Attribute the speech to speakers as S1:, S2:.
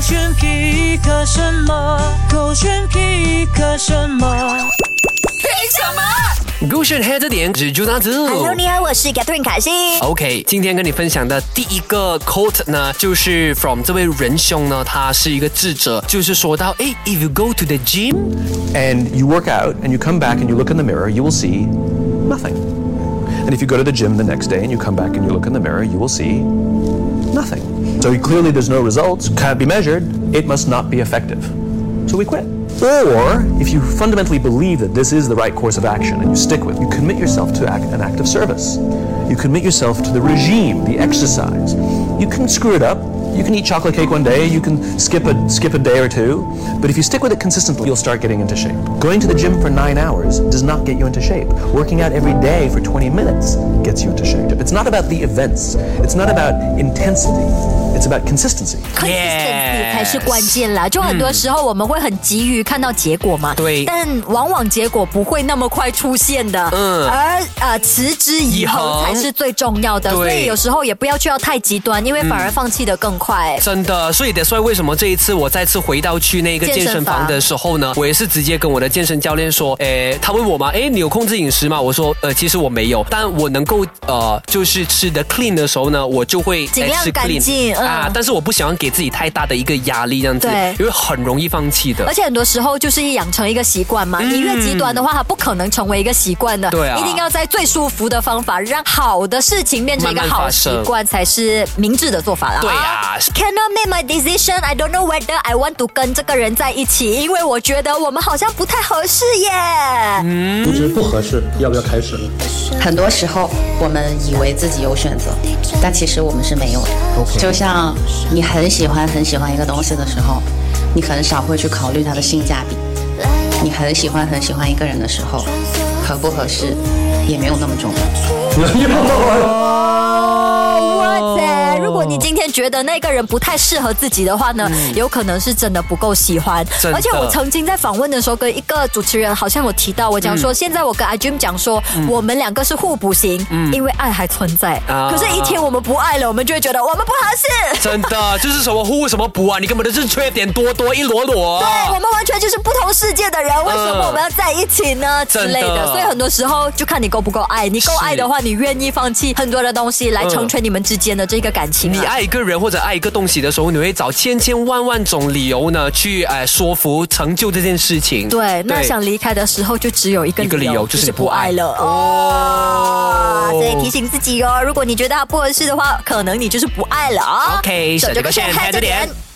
S1: 选皮克什么？狗选皮克什么？
S2: 勾选黑这点只就那只。
S3: Hello，你哎好，我是 Catherine 凯欣。
S2: OK，今天跟你分享的第一个 quote 呢，就是 from 这位仁兄呢，他是一个智者，就是说到，诶 i f you go to the gym，
S4: and you work out and you come back and you look in the mirror, you will see nothing. And if you go to the gym the next day and you come back and you look in the mirror, you will see nothing. So clearly there's no results, can't be measured, it must not be effective. So we quit. Or if you fundamentally believe that this is the right course of action and you stick with it, you commit yourself to act, an act of service. You commit yourself to the regime, the exercise. You can screw it up. You can eat chocolate cake one day, you can skip a skip a day or two, but if you stick with it consistently, you'll start getting into shape. Going to the gym for 9 hours does not get you into shape. Working out every day for 20 minutes gets you into shape. It's not about the events. It's not about intensity. It's about consistency.
S3: Consistency 才是关键啦，就很多时候我们会很急于看到结果嘛，
S2: 嗯对
S3: 但往往结果不会那么快出现的，嗯，而呃持之以
S2: 以
S3: 恒
S2: 恒
S3: 才是最重要的，
S2: 对嗯
S3: 所以有时候也不要去到太极端，因为反而放弃的更快。
S2: 真的，所以得说为什么这一次我再次回到去那个健
S3: 健
S2: 身
S3: 身房
S2: 房的时候呢，我也是直接跟我的健身教练说，诶，他问我嘛，哎诶，你有控制饮食吗？我说，呃，其实我没有，但我能够呃，就是吃的 clean 的时候呢，我就会
S3: 尽
S2: 诶
S3: 量
S2: 吃
S3: 干
S2: clean
S3: 净嗯
S2: 啊，但是我不想要给自己太大的一个压力，这样子
S3: 对，
S2: 因为很容易放弃的嗯
S3: 而。且很多时候就是养成一个习惯嘛，你越极端的话，它不可能成为一个习惯的。
S2: 对啊
S3: 一定要在最舒服的方法，让好的事情变成一个
S2: 慢慢
S3: 好
S2: 发
S3: 习
S2: 生
S3: 惯，才是明智的做法啦。
S2: 对啊
S3: Cannot make my decision. I don't know whether I want to 跟这个人在一起，因为我觉得我们好像不太合适耶。
S5: 你觉得不合适，要不要开始？
S6: 很多时候，我们以为自己有选择，但其实我们是没有的。就像你很喜欢很喜欢一个东西的时候，你很少会去考虑它的性价比；你很喜欢很喜欢一个人的时候，合不合适也没有那么重要。
S3: 哇
S2: 哦
S3: 塞！Oh, 如果你今天觉得那个人不太适合自己的话呢，有可能是真的不够喜欢
S2: 嗯真。的
S3: 而且我曾经在访问的时候，跟一个主持人好像有提到，我讲
S2: 嗯
S3: 说，现在我跟阿君讲说，我们两个是互补型，因为爱还存在。
S2: 嗯啊
S3: 可是，一天我们不爱了，我们就会觉得我们不合适。
S2: 真的就是什么互什么补啊，你根本就是缺点多多一摞摞。
S3: 对，我们完全就是不同世界的人，为什么我们要在一起呢？之类
S2: 嗯真
S3: 的，
S2: 的
S3: 所以很多时候就看你够不够爱。你够爱的话，你愿意放弃很多的东西来
S2: 嗯
S3: 成全你们之间的这个感情吗。啊
S2: 你爱一个人或者爱一个东西的时候，你会找千千万万种理由呢去哎、呃说服成就这件事情。
S3: 对，那想离开的时候就只有一个
S2: 一个理由就是你不爱
S3: 了哦。所以提醒自己哦，如果你觉得它不合适的话，可能你就是不爱了啊。
S2: OK，
S3: 守着
S2: 选这
S3: 个
S2: 个
S3: 陷
S2: 陷
S3: 害
S2: 害
S3: 着
S2: 着
S3: 点
S2: 点。